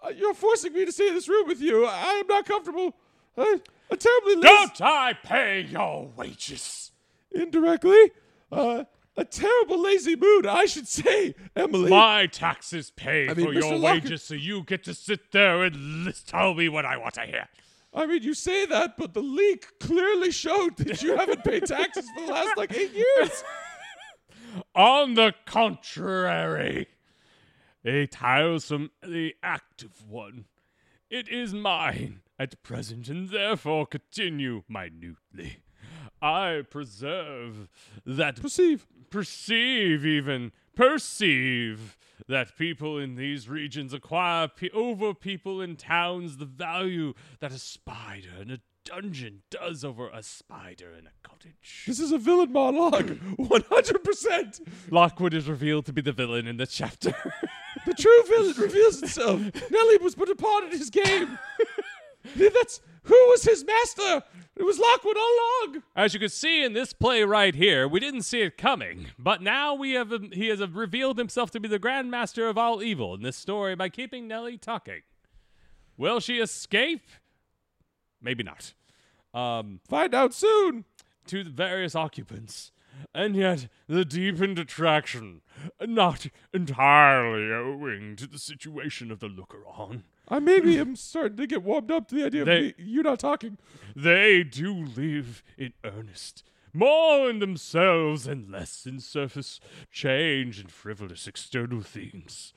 S2: Uh, You're forcing me to stay in this room with you. I am not comfortable. I, I terribly lazy.
S4: Don't I pay your wages?
S2: Indirectly, uh, a terrible lazy mood, I should say, Emily.
S4: My taxes pay
S2: mean,
S4: for
S2: Mr.
S4: your
S2: Locker-
S4: wages, so you get to sit there and list, tell me what I want to hear.
S2: I mean, you say that, but the leak clearly showed that you haven't paid taxes for the last like eight years.
S4: On the contrary, a tiresomely active one. It is mine at present, and therefore continue minutely. I preserve that
S2: Perceive.
S4: perceive even perceive that people in these regions acquire pe- over people in towns the value that a spider in a dungeon does over a spider in a cottage.
S2: This is a villain monologue, 100%.
S4: Lockwood is revealed to be the villain in the chapter.
S2: The true villain reveals itself. Nelly was put upon in his game. Yeah, That's who was his master? It was Lockwood all along.
S4: As you can see in this play right here, we didn't see it coming, but now we have um, he has revealed himself to be the Grand Master of all evil in this story by keeping Nellie talking. Will she escape? Maybe not. Um,
S2: Find out soon.
S4: to the various occupants. And yet, the deepened attraction, not entirely owing to the situation of the looker on,
S2: I maybe am starting to get warmed up to the idea
S4: They-
S2: of me, you not talking.
S4: They do live in earnest, more in themselves and less in surface change and frivolous external themes.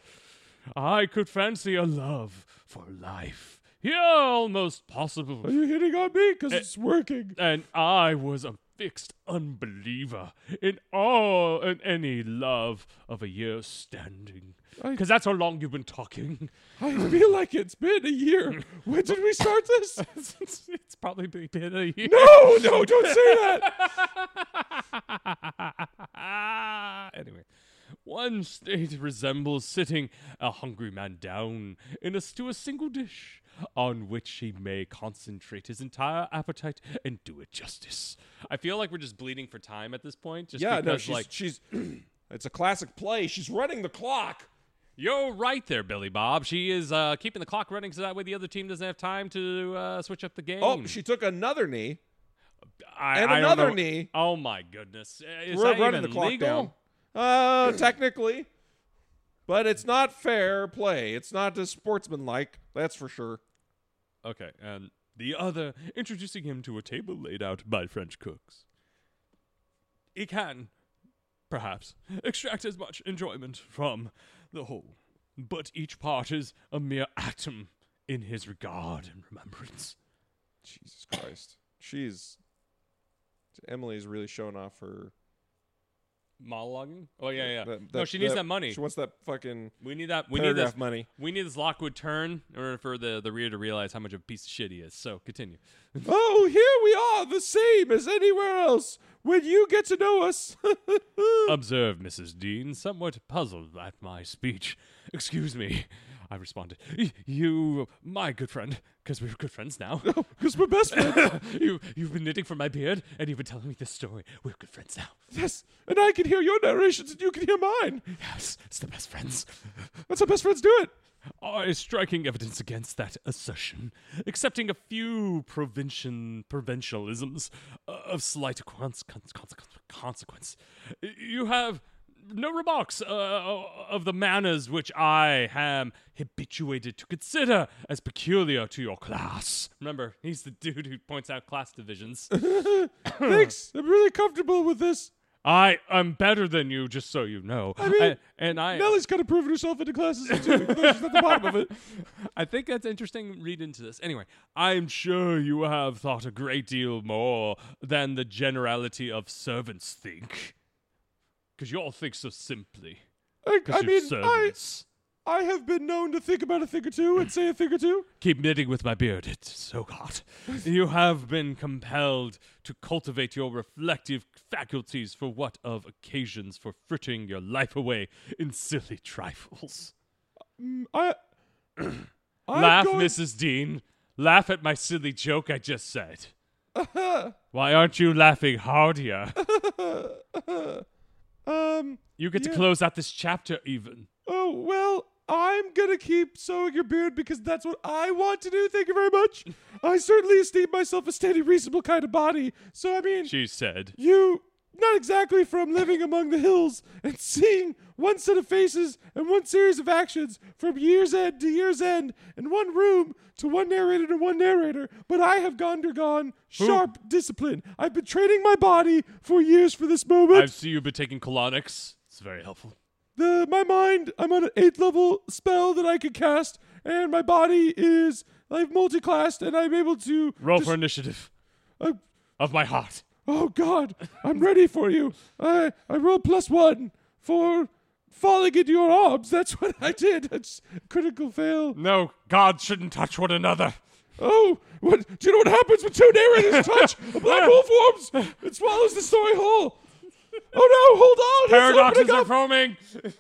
S4: I could fancy a love for life, here almost possible,
S2: Are you hitting on me? Because it's working.
S4: and I was a fixed unbeliever in all in any love of a year's standing.
S2: I-
S4: Because that's how long you've been talking.
S2: I feel like it's been a year. When did we start this?
S4: it's, it's probably been a year.
S2: No, no, don't say that.
S4: anyway, one state resembles sitting a hungry man down in a, s- to a single dish on which he may concentrate his entire appetite and do it justice. I feel like we're just bleeding for time at this point. Just
S2: Yeah,
S4: because,
S2: no, she's,
S4: like,
S2: she's. It's a classic play. She's running the clock.
S4: you're right there, Billy Bob. She is uh, keeping the clock running so that way the other team doesn't have time to uh, switch up the game.
S2: Oh, she took another knee.
S4: I,
S2: and
S4: I don't
S2: another
S4: know-
S2: knee.
S4: Oh my goodness, Uh, is
S2: We're
S4: that
S2: running
S4: even
S2: the clock
S4: legal?
S2: down. Uh, technically, but it's not fair play. It's not as sportsmanlike. That's for sure.
S4: Okay, and the other introducing him to a table laid out by French cooks. He can, perhaps, extract as much enjoyment from the whole, but each part is a mere atom in his regard and remembrance.
S2: Jesus Christ, she's Emily's really showing off her.
S4: Monologuing? Oh yeah, yeah.
S2: that-
S4: no,
S2: that-
S4: she needs that, money.
S2: She wants that fucking
S4: we need that. We
S2: we
S4: need
S2: paragraph
S4: this.
S2: money.
S4: We need this Lockwood turn in order for the the reader to realize how much of a piece of shit he is. So continue.
S2: Oh, here we are, the same as anywhere else. When you get to know us,
S4: observed Mrs. Dean, somewhat puzzled at my speech. Excuse me, I responded. "Y- You, my good friend, because we're good friends now.
S2: because Oh, we're best friends.
S4: you, you've been knitting for my beard, and you've been telling me this story. We're good friends now.
S2: yes, and I can hear your narrations, and you can hear mine.
S4: Yes, it's the best friends.
S2: That's how best friends do it.
S4: Are Ah, striking evidence against that assertion, excepting a few provincian provincialisms uh, of slight cons- cons- cons- consequence. You have no remarks uh, of the manners which I am habituated to consider as peculiar to your class. Remember, he's the dude who points out class divisions.
S2: Thanks. I'm really comfortable with this.
S4: I am better than you, just so you know. I
S2: mean,
S4: and I
S2: Nellie's kind of proven herself into classes too. because She's at the bottom of it.
S4: I think that's interesting read into this. Anyway, I'm sure you have thought a great deal more than the generality of servants think. Because you all think so simply.
S2: I, I
S4: 'Cause you're
S2: mean, I,
S4: servants.
S2: I have been known to think about a thing or two and say a thing or two.
S4: Keep knitting with my beard. It's so hot. you have been compelled to cultivate your reflective faculties for what of occasions for frittering your life away in silly trifles.
S2: I, I'm
S4: Laugh,
S2: going-
S4: Mrs. Dean. Laugh at my silly joke I just said. Why aren't you laughing hardier?
S2: Um.
S4: You get to close out this chapter, even.
S2: Oh well, I'm gonna keep sewing your beard because that's what I want to do. Thank you very much. I certainly esteem myself a steady, reasonable kind of body. So I mean,
S4: She said.
S2: you not exactly from living among the hills and seeing one set of faces and one series of actions from year's end to year's end in one room to one narrator to one narrator but i have undergone sharp discipline i've been training my body for years for this moment
S4: I see you've been taking colonics. It's very helpful.
S2: the my mind i'm on an eighth level spell that i can cast and my body is i've multiclassed and i'm able to
S4: Roll
S2: dis-
S4: for initiative
S2: uh,
S4: of my heart.
S2: Oh God, I'm ready for you. I I roll plus one for falling into your arms. That's what I did. It's critical fail.
S4: No, God shouldn't touch one another.
S2: Oh, what do you know what happens when two narrators touch? A black hole forms. It swallows the story whole. Oh no, hold on. it's
S4: Paradoxes
S2: opening
S4: are
S2: up.
S4: forming.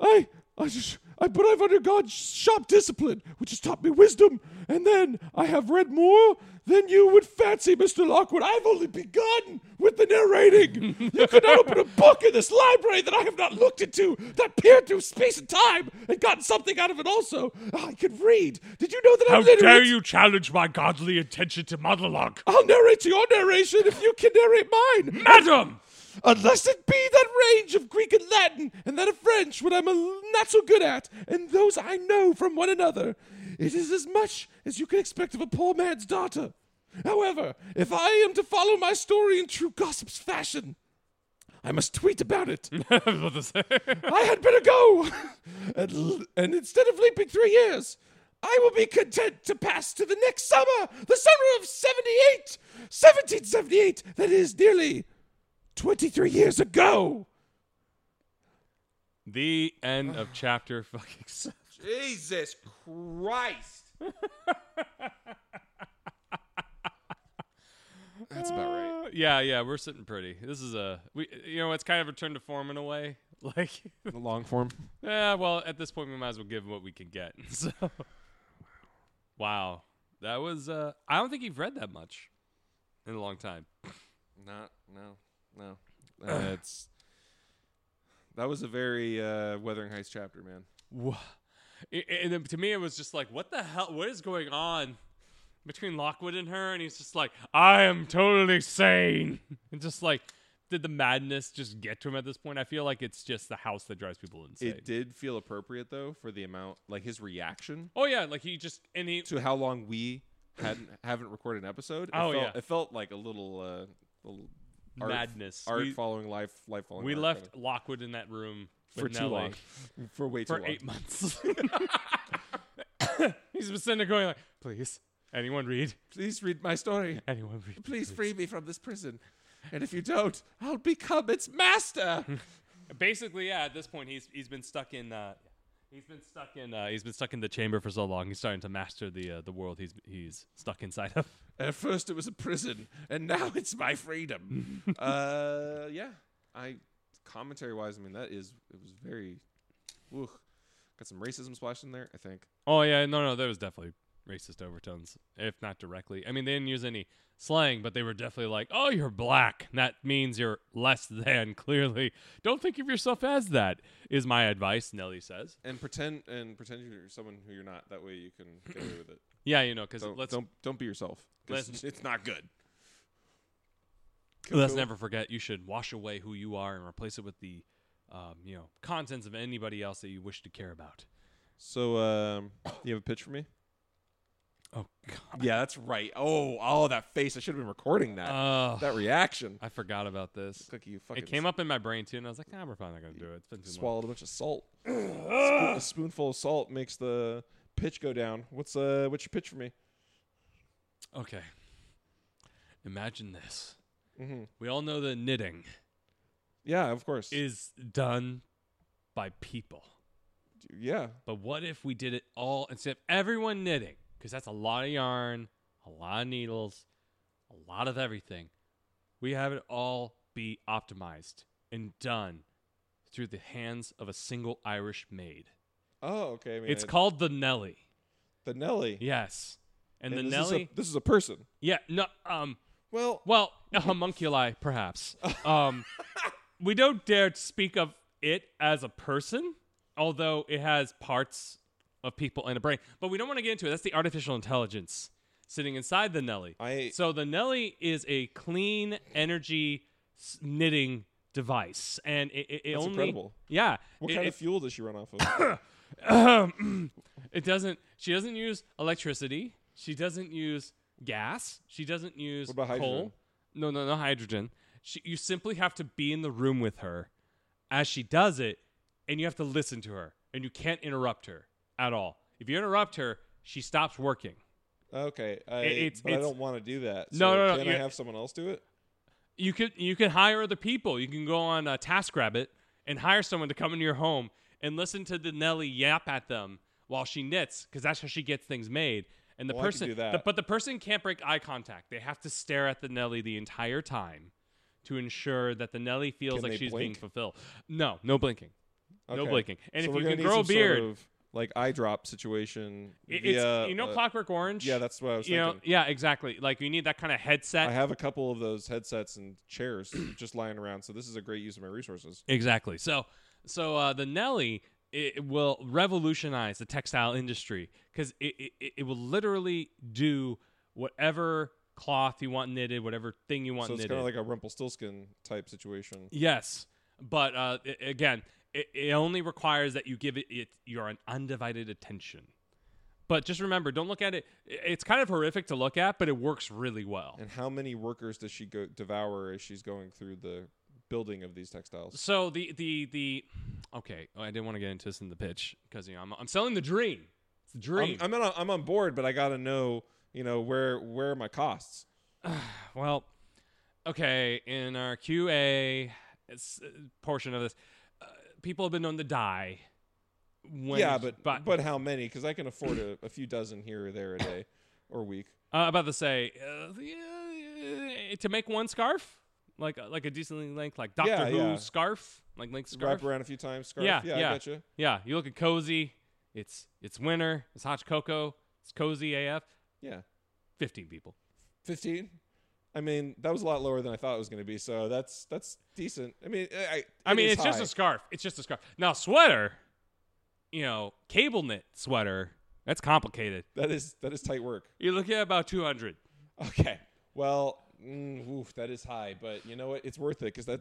S2: I, I just, I, but I've undergone sharp discipline, which has taught me wisdom, and then I have read more than you would fancy, Mr. Lockwood. I've only begun with the narrating. you could not open a book in this library that I have not looked into, that peered through space and time, and gotten something out of it also. I could read. Did you know that
S4: How
S2: I'm literate?
S4: dare you challenge my godly intention to monologue?
S2: I'll narrate your narration if you can narrate mine.
S4: Madam! Unless it be that range of Greek and Latin and that of French, what I'm a- not so good at, and those I know from one another, it is as much as you can expect of a poor man's daughter. However, if I am to follow my story in true gossip's fashion, I must tweet about it. I had better go. and, l- and instead of leaping three years, I will be content to pass to the next summer, the summer of 78, 1778, that is nearly 23 years ago.
S7: the end of chapter fucking. seven.
S2: Jesus Christ. That's about right.
S7: Yeah, yeah, we're sitting pretty. This is a we, you know, it's kind of return to form in a way. Like,
S8: The long form.
S7: yeah, well, at this point, we might as well give what we can get. So, wow, that was. uh I don't think you've read that much in a long time.
S2: Not no no. Uh, it's that was a very uh, Wuthering Heights chapter, man.
S7: Wha- I- I- And then to me, it was just like, what the hell? What is going on between Lockwood and her? And he's just like, I am totally sane. And just like, did the madness just get to him at this point? I feel like it's just the house that drives people insane.
S2: It did feel appropriate though for the amount, like his reaction
S7: Oh yeah, like he just and he
S2: to how long we hadn't haven't recorded an episode. It
S7: Oh,
S2: felt,
S7: yeah.
S2: it felt like a little, uh, little art,
S7: madness.
S2: art
S7: we
S2: following life, life following.
S7: we
S2: art
S7: left
S2: kinda-
S7: Lockwood in that room with
S2: for too
S7: Nelly
S2: long, for way too
S7: for
S2: long.
S7: eight months. he's been sitting there going like, please, anyone read,
S4: Please read my story.
S7: anyone read.
S4: Please free me from this prison. And if you don't, I'll become its master.
S7: basically yeah at this point he's he's been stuck in uh he's been stuck in uh he's been stuck in the chamber for so long he's starting to master the uh, the world he's he's stuck inside of
S4: At first it was a prison, and now it's my freedom.
S2: uh, yeah. I commentary wise, I mean that is it was very, woof. Got some racism splashed in there, I think.
S7: oh yeah no no there was definitely racist overtones if not directly i mean they didn't use any slang but they were definitely like oh you're black that means you're less than clearly don't think of yourself as that is my advice nelly says
S2: And pretend and pretend you're someone who you're not. That way you can get away with it.
S7: yeah you know because
S2: Don't
S7: let's
S2: don't, don't be yourself. 'cause
S7: let's-
S2: it's not good.
S7: Let's never forget you should wash away who you are and replace it with the um, you know contents of anybody else that you wish to care about.
S2: So, um, you have a pitch for me?
S7: Oh god.
S2: Yeah, that's right. Oh, oh, that face. I should have been recording that.
S7: Oh,
S2: that reaction.
S7: I forgot about this.
S2: Cookie, you fucking
S7: It came up in my brain too, and I was like, nah, we're probably not gonna do it. It's been too long.
S2: swallowed a bunch of salt. Spoon- a spoonful of salt makes the pitch go down. What's uh, what's your pitch for me?
S7: Okay. Imagine this.
S2: Mhm.
S7: We all know that knitting
S2: Yeah, of course.
S7: is done by people.
S2: yeah,
S7: But what if we did it all instead of everyone knitting? Because that's a lot of yarn, a lot of needles, a lot of everything. We have it all be optimized and done through the hands of a single Irish maid.
S2: Oh, okay. I mean,
S7: It's
S2: it-
S7: called the Nelly.
S2: the Nelly.
S7: Yes. And, the
S2: this
S7: Nelly.
S2: Is a, this is a person.
S7: yeah, no, um,
S2: Well,
S7: well, a homunculi, perhaps. Um, we don't dare to speak of it as a person, although it has parts of people and a brain. But we don't want to get into it. That's the artificial intelligence sitting inside the Nelly.
S2: I-
S7: so the Nelly is a clean energy s- knitting device, and it, it, it
S2: That's
S7: only
S2: incredible.
S7: yeah.
S2: what
S7: it-
S2: kind
S7: it-
S2: of fuel does she run off of?
S7: it doesn't. She doesn't use electricity. She doesn't use gas. She doesn't use
S2: What about
S7: coal.
S2: hydrogen?
S7: No, no, no hydrogen. She, you simply have to be in the room with her as she does it, and you have to listen to her, and you can't interrupt her at all. If you interrupt her, she stops working.
S2: okay, I,
S7: it's-
S2: but I
S7: it's-
S2: don't want to do that.
S7: No,
S2: so
S7: no, no,
S2: Can
S7: you-
S2: I have someone else do it?
S7: You can you can hire other people. You can go on uh, TaskRabbit and hire someone to come into your home and listen to the Nelly yap at them while she knits, because that's how she gets things made. And the
S2: Well, Oh, I could
S7: person,
S2: do that.
S7: the- but the person can't break eye contact. They have to stare at the Nelly the entire time to ensure that the Nelly feels
S2: Can
S7: like
S2: they
S7: she's being
S2: blink?
S7: fulfilled. No, no blinking, no
S2: Okay.
S7: blinking. And
S2: So
S7: if
S2: we're
S7: you
S2: gonna
S7: can
S2: need
S7: grow a
S2: some sort
S7: beard,
S2: of, like eye drop situation.
S7: it- it's
S2: via,
S7: you know
S2: uh,
S7: Clockwork Orange.
S2: Yeah, that's what I was
S7: you know,
S2: thinking.
S7: yeah, exactly. Like you need that kind of headset.
S2: I have a couple of those headsets and chairs just lying around, so this is a great use of my resources.
S7: Exactly. So, so uh, the Nelly it will revolutionize the textile industry because it, it it will literally do whatever cloth you want knitted, whatever thing you want
S2: So it's
S7: knitted.
S2: kind of like a Rumpelstiltskin type situation.
S7: Yes, but uh, i- again, it, it only requires that you give it, it your undivided attention. But just remember, don't look at it. i- It's kind of horrific to look at, but it works really well.
S2: And how many workers does she go devour as she's going through the building of these textiles?
S7: So the the the okay, oh, I didn't want to get into this in the pitch because you know I'm, I'm selling the dream. It's the
S2: I'm,
S7: dream.
S2: I'm, on, I'm on board, but I gotta know, you know, where where are my costs?
S7: well, okay, in our QA s- portion of this, uh, people have been known to die. When
S2: yeah,
S7: it's-
S2: but, but how many? Because I can afford a, a few dozen here or there a day or week.
S7: Uh, about to say uh, yeah, to make one scarf, like uh, like a decently length, like Doctor
S2: Yeah,
S7: Who
S2: yeah.
S7: scarf, like length scarf.
S2: Wrap around a few times. Scarf.
S7: Yeah,
S2: yeah,
S7: yeah.
S2: I gotcha.
S7: Yeah, you looking cozy. It's it's winter. It's hot cocoa. It's cozy AF.
S2: Yeah,
S7: Fifteen people.
S2: fifteen. I mean, that was a lot lower than I thought it was going to be. So that's that's decent. I mean, I, I,
S7: I
S2: it
S7: mean,
S2: is
S7: it's just
S2: high.
S7: a scarf. It's just a scarf. Now sweater, you know, cable knit sweater. That's complicated.
S2: that is that is tight work.
S7: You're looking at about two hundred.
S2: Okay. Well, mm, oof, that is high, but you know what? It's worth it because that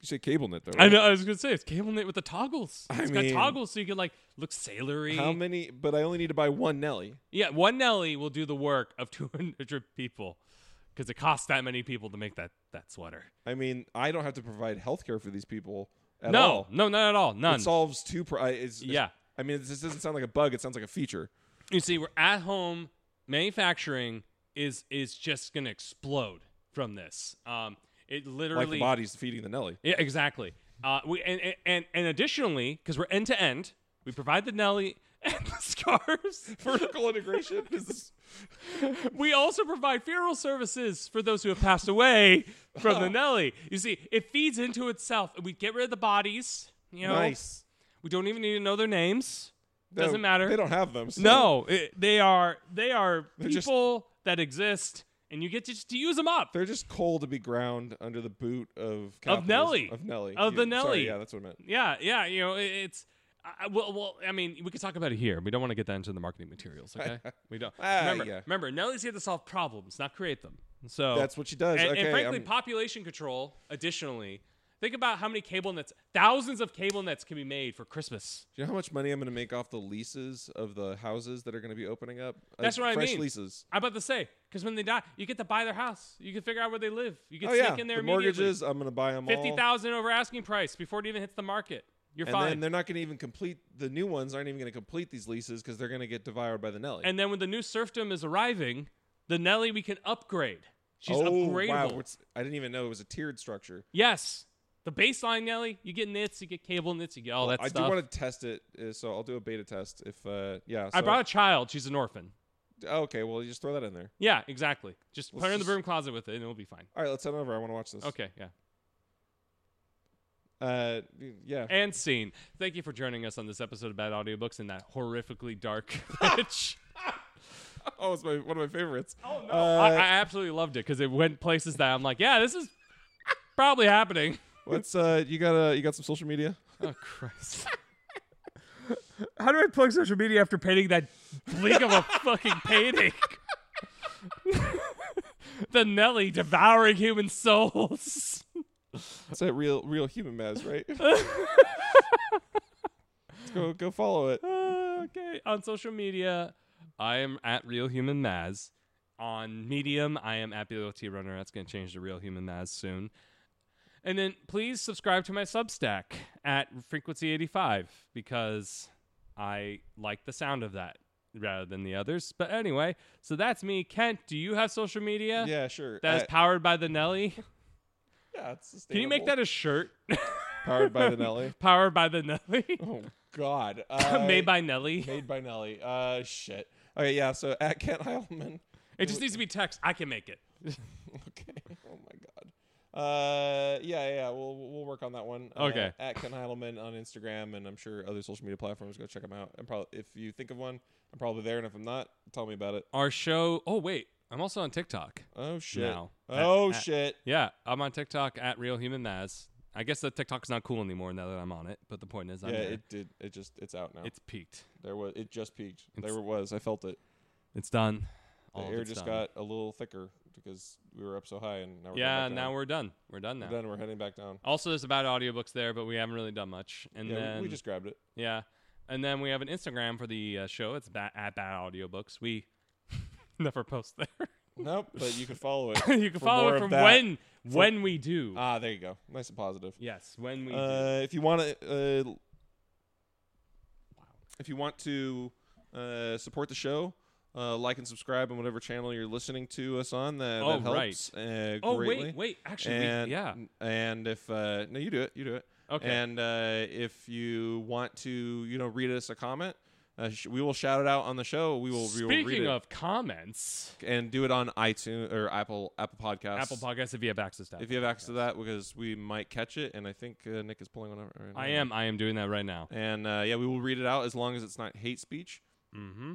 S2: you said cable knit though.
S7: I
S2: right?
S7: know. I was gonna say it's cable knit with the toggles.
S2: I
S7: It's
S2: mean-
S7: got toggles, so you can like look sailory.
S2: How many? But I only need to buy one Nelly.
S7: Yeah, one Nelly will do the work of 200 people because it costs that many people to make that, that sweater.
S2: I mean, I don't have to provide health care for these people at
S7: no,
S2: all.
S7: no, not at all. None.
S2: It solves two. Pro- I- it's, it's-
S7: Yeah.
S2: I mean, this doesn't sound like a bug. It sounds like a feature.
S7: you see, we're at home. Manufacturing is is just going to explode from this. Um, it
S2: Like
S7: literally.
S2: the body's feeding the Nelly.
S7: Yeah, exactly. Uh, we and and- and and additionally, because we're end to end, we provide the Nelly and the scarves.
S2: Vertical integration. This is
S7: We also provide funeral services for those who have passed away from
S2: Oh.
S7: the Nelly. You see, it feeds into itself. We get rid of the bodies. You know,
S2: nice.
S7: we don't even need to know their names.
S2: No,
S7: Doesn't matter.
S2: They don't have them. so-
S7: No, it- they are they are
S2: just-
S7: people that exist, and you get to, just to use them up.
S2: They're just coal to be ground under the boot of capitalism-
S7: Nelly.
S2: Of Nelly.
S7: Of the
S2: You-
S7: Nelly.
S2: Sorry, yeah, that's what I meant.
S7: Yeah, yeah. You know, it, it's. I, I- well, well, I mean, we could talk about it here. We don't want to get that into the marketing materials, okay? we don't.
S2: Ah,
S7: remember,
S2: yeah.
S7: remember, Nelly's here to solve problems, not create them. So
S2: That's what she does.
S7: and,
S2: okay,
S7: and frankly,
S2: I'm-
S7: population control. Additionally, think about how many cable nets, thousands of cable nets, can be made for Christmas.
S2: Do you know how much money I'm going to make off the leases of the houses that are going to be opening up? Uh,
S7: That's what I
S2: fresh
S7: mean.
S2: leases.
S7: I'm about to say because when they die, you get to buy their house. You can figure out where they live. You can
S2: oh
S7: sneak
S2: yeah,
S7: in there
S2: the
S7: immediately.
S2: mortgages. I'm going to buy them
S7: Fifty
S2: all.
S7: thousand over asking price before it even hits the market. You're
S2: And
S7: fine.
S2: then they're not going to even complete. The new ones aren't even going to complete these leases because they're going to get devoured by the Nelly.
S7: and then when the new serfdom is arriving, the Nelly we can upgrade. She's
S2: oh wow,
S7: upgradable.
S2: what's- I didn't even know it was a tiered structure.
S7: yes, the baseline Nelly, you get knits, you get cable knits, you get all that
S2: Oh, I
S7: stuff.
S2: do want to test it, uh, so I'll do a beta test. If uh, yeah, so,
S7: I brought a child. She's an orphan.
S2: oh, okay, well, you just throw that in there.
S7: Yeah, exactly. Just
S2: Let's
S7: put her in the
S2: just-
S7: broom closet with it, and it'll be fine.
S2: All right, let's head over. I want to watch this.
S7: Okay, yeah.
S2: Uh, yeah.
S7: And scene. Thank you for joining us on this episode of Bad Audiobooks in that horrifically dark pitch.
S2: oh, it's my one of my favorites. Oh no.
S7: I, I absolutely loved it because it went places that I'm like, yeah, this is probably happening.
S2: what's uh? You got uh, You got some social media?
S7: Oh Christ. How do I plug social media after painting that bleak of a fucking painting? the Nelly devouring human souls.
S2: It's that real real human mess, right? go go follow it.
S7: Uh, okay. On social media, I am at Real Human Maz. On Medium, I am at BLT Runner. That's going to change to Real Human Maz soon. And then please subscribe to my Substack at Frequency 85 because I like the sound of that rather than the others. But anyway, so that's me. Kent, do you have social media?
S2: Yeah, sure.
S7: That is
S2: Uh,
S7: powered by the Nelly.
S2: yeah, it's
S7: Can you make
S2: sustainable.
S7: that a shirt?
S2: powered by the Nelly?
S7: powered by the Nelly?
S2: Oh God. Uh,
S7: Made by Nelly.
S2: made by Nelly. Uh, shit. Okay, yeah. So at Kent Heilman.
S7: It just needs to be text. I can make it.
S2: Okay. Oh my God. Uh, yeah, yeah. We'll we'll work on that one. Uh,
S7: Okay.
S2: at Kent Heidelman on Instagram, and I'm sure other social media platforms. Go check them out. And probably if you think of one, I'm probably there. And if I'm not, tell me about it.
S7: our show. Oh wait, I'm also on TikTok.
S2: Oh shit.
S7: Now.
S2: Oh
S7: At- at-
S2: shit.
S7: Yeah, I'm on TikTok at Real Human Maz. I guess that TikTok's not cool anymore now that I'm on it. But the point is, I'm
S2: yeah,
S7: there.
S2: it did. It just it's out now.
S7: it's peaked.
S2: there was it just peaked.
S7: It's-
S2: There it was. I felt it.
S7: It's done.
S2: The
S7: All of
S2: air
S7: it's
S2: just
S7: done.
S2: got a little thicker because we were up so high and now we're
S7: yeah,
S2: going back
S7: now
S2: down.
S7: we're done. We're done now.
S2: Then we're heading back down.
S7: Also, there's about audiobooks there, but we haven't really done much. And
S2: yeah, we-
S7: then
S2: we just grabbed it.
S7: yeah, and then we have an Instagram for the uh, show. It's ba- at Bad Audiobooks. We never post there.
S2: Nope, but you can follow it.
S7: you can
S2: for
S7: follow
S2: more
S7: it
S2: of
S7: from
S2: that.
S7: when when we do.
S2: Ah, there you go. Nice and positive.
S7: yes, when we do.
S2: Uh, if you want to, uh, if you want to uh, support the show, uh, like and subscribe on whatever channel you're listening to us on. That,
S7: Oh,
S2: that
S7: right.
S2: helps uh,
S7: Oh
S2: greatly.
S7: wait, wait. Actually,
S2: And
S7: we, yeah.
S2: and if uh, no, you do it, you do it.
S7: Okay.
S2: And uh, if you want to, you know, read us a comment, uh, sh- we will shout it out on the show. We will, we will read
S7: Speaking
S2: it
S7: of comments,
S2: and do it on iTunes or Apple Apple Podcasts.
S7: Apple Podcasts. If you have access to,
S2: If you have access to that, because we might catch it, and I think uh, Nick is pulling one up right now.
S7: I am. I am doing that right now.
S2: And uh, yeah, we will read it out as long as it's not hate speech.
S7: Mm-hmm.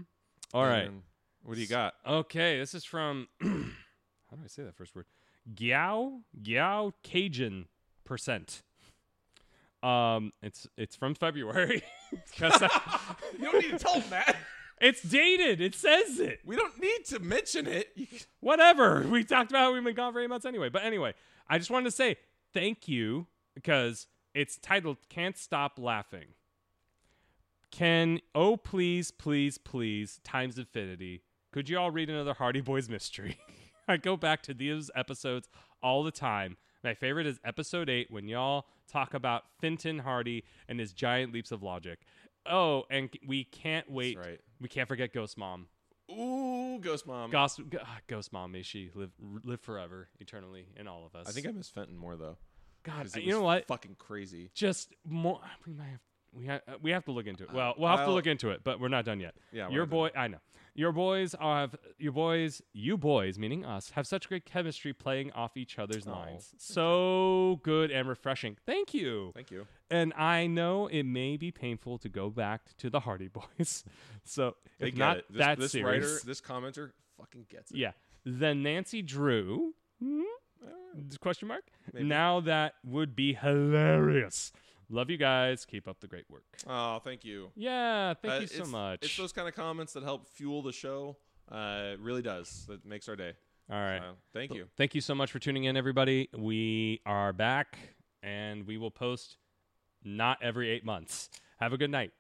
S7: All right.
S2: And what do you got?
S7: Okay, this is from how do I say that first word? Giao Giao Cajun percent. Um, it's it's from February. 'Cause I-
S2: You don't need to tell them that.
S7: it's dated. It says it.
S2: We don't need to mention it. You can-
S7: Whatever. We talked about how we've been gone for eight months anyway. But anyway, I just wanted to say thank you because it's titled "Can't Stop Laughing." Can oh please please please times infinity? Could you all read another Hardy Boys mystery? I go back to these episodes all the time. My favorite is episode eight when y'all talk about Fenton Hardy and his giant leaps of logic. Oh, and c- we can't wait.
S2: right.
S7: We can't forget Ghost Mom.
S2: Ooh, Ghost Mom.
S7: Ghost, g- ah, Ghost Mom, may she live live forever, eternally, in all of us.
S2: I think I miss Fenton more though.
S7: God,
S2: 'cause it
S7: you know
S2: was
S7: what?
S2: Fucking crazy.
S7: Just more. We might have. We have, we have to look into it. Well, we'll have to
S2: Uh, well-
S7: look into it, but we're not done yet.
S2: Yeah, we're
S7: your
S2: not done
S7: boy. I know. Your boys are have your boys. You boys, meaning us, have such great chemistry playing off each
S2: Oh,
S7: other's lines. So good and refreshing. Thank you.
S2: Thank you.
S7: And I know it may be painful to go back to the Hardy Boys, so
S2: They
S7: if
S2: get
S7: not
S2: it. This,
S7: that
S2: this
S7: serious,
S2: writer, this commenter, fucking gets it.
S7: yeah. Then Nancy Drew. Hmm? D- Question mark. Now that would be hilarious. Love you guys. Keep up the great work.
S2: Oh, thank you.
S7: Yeah, thank
S2: Uh,
S7: you so
S2: it's-
S7: much.
S2: It's those kind of comments that help fuel the show. Uh, it really does. That makes our day.
S7: All right.
S2: So, thank you.
S7: Thank you so much for tuning in, everybody. We are back, and we will post not every eight months. Have a good night.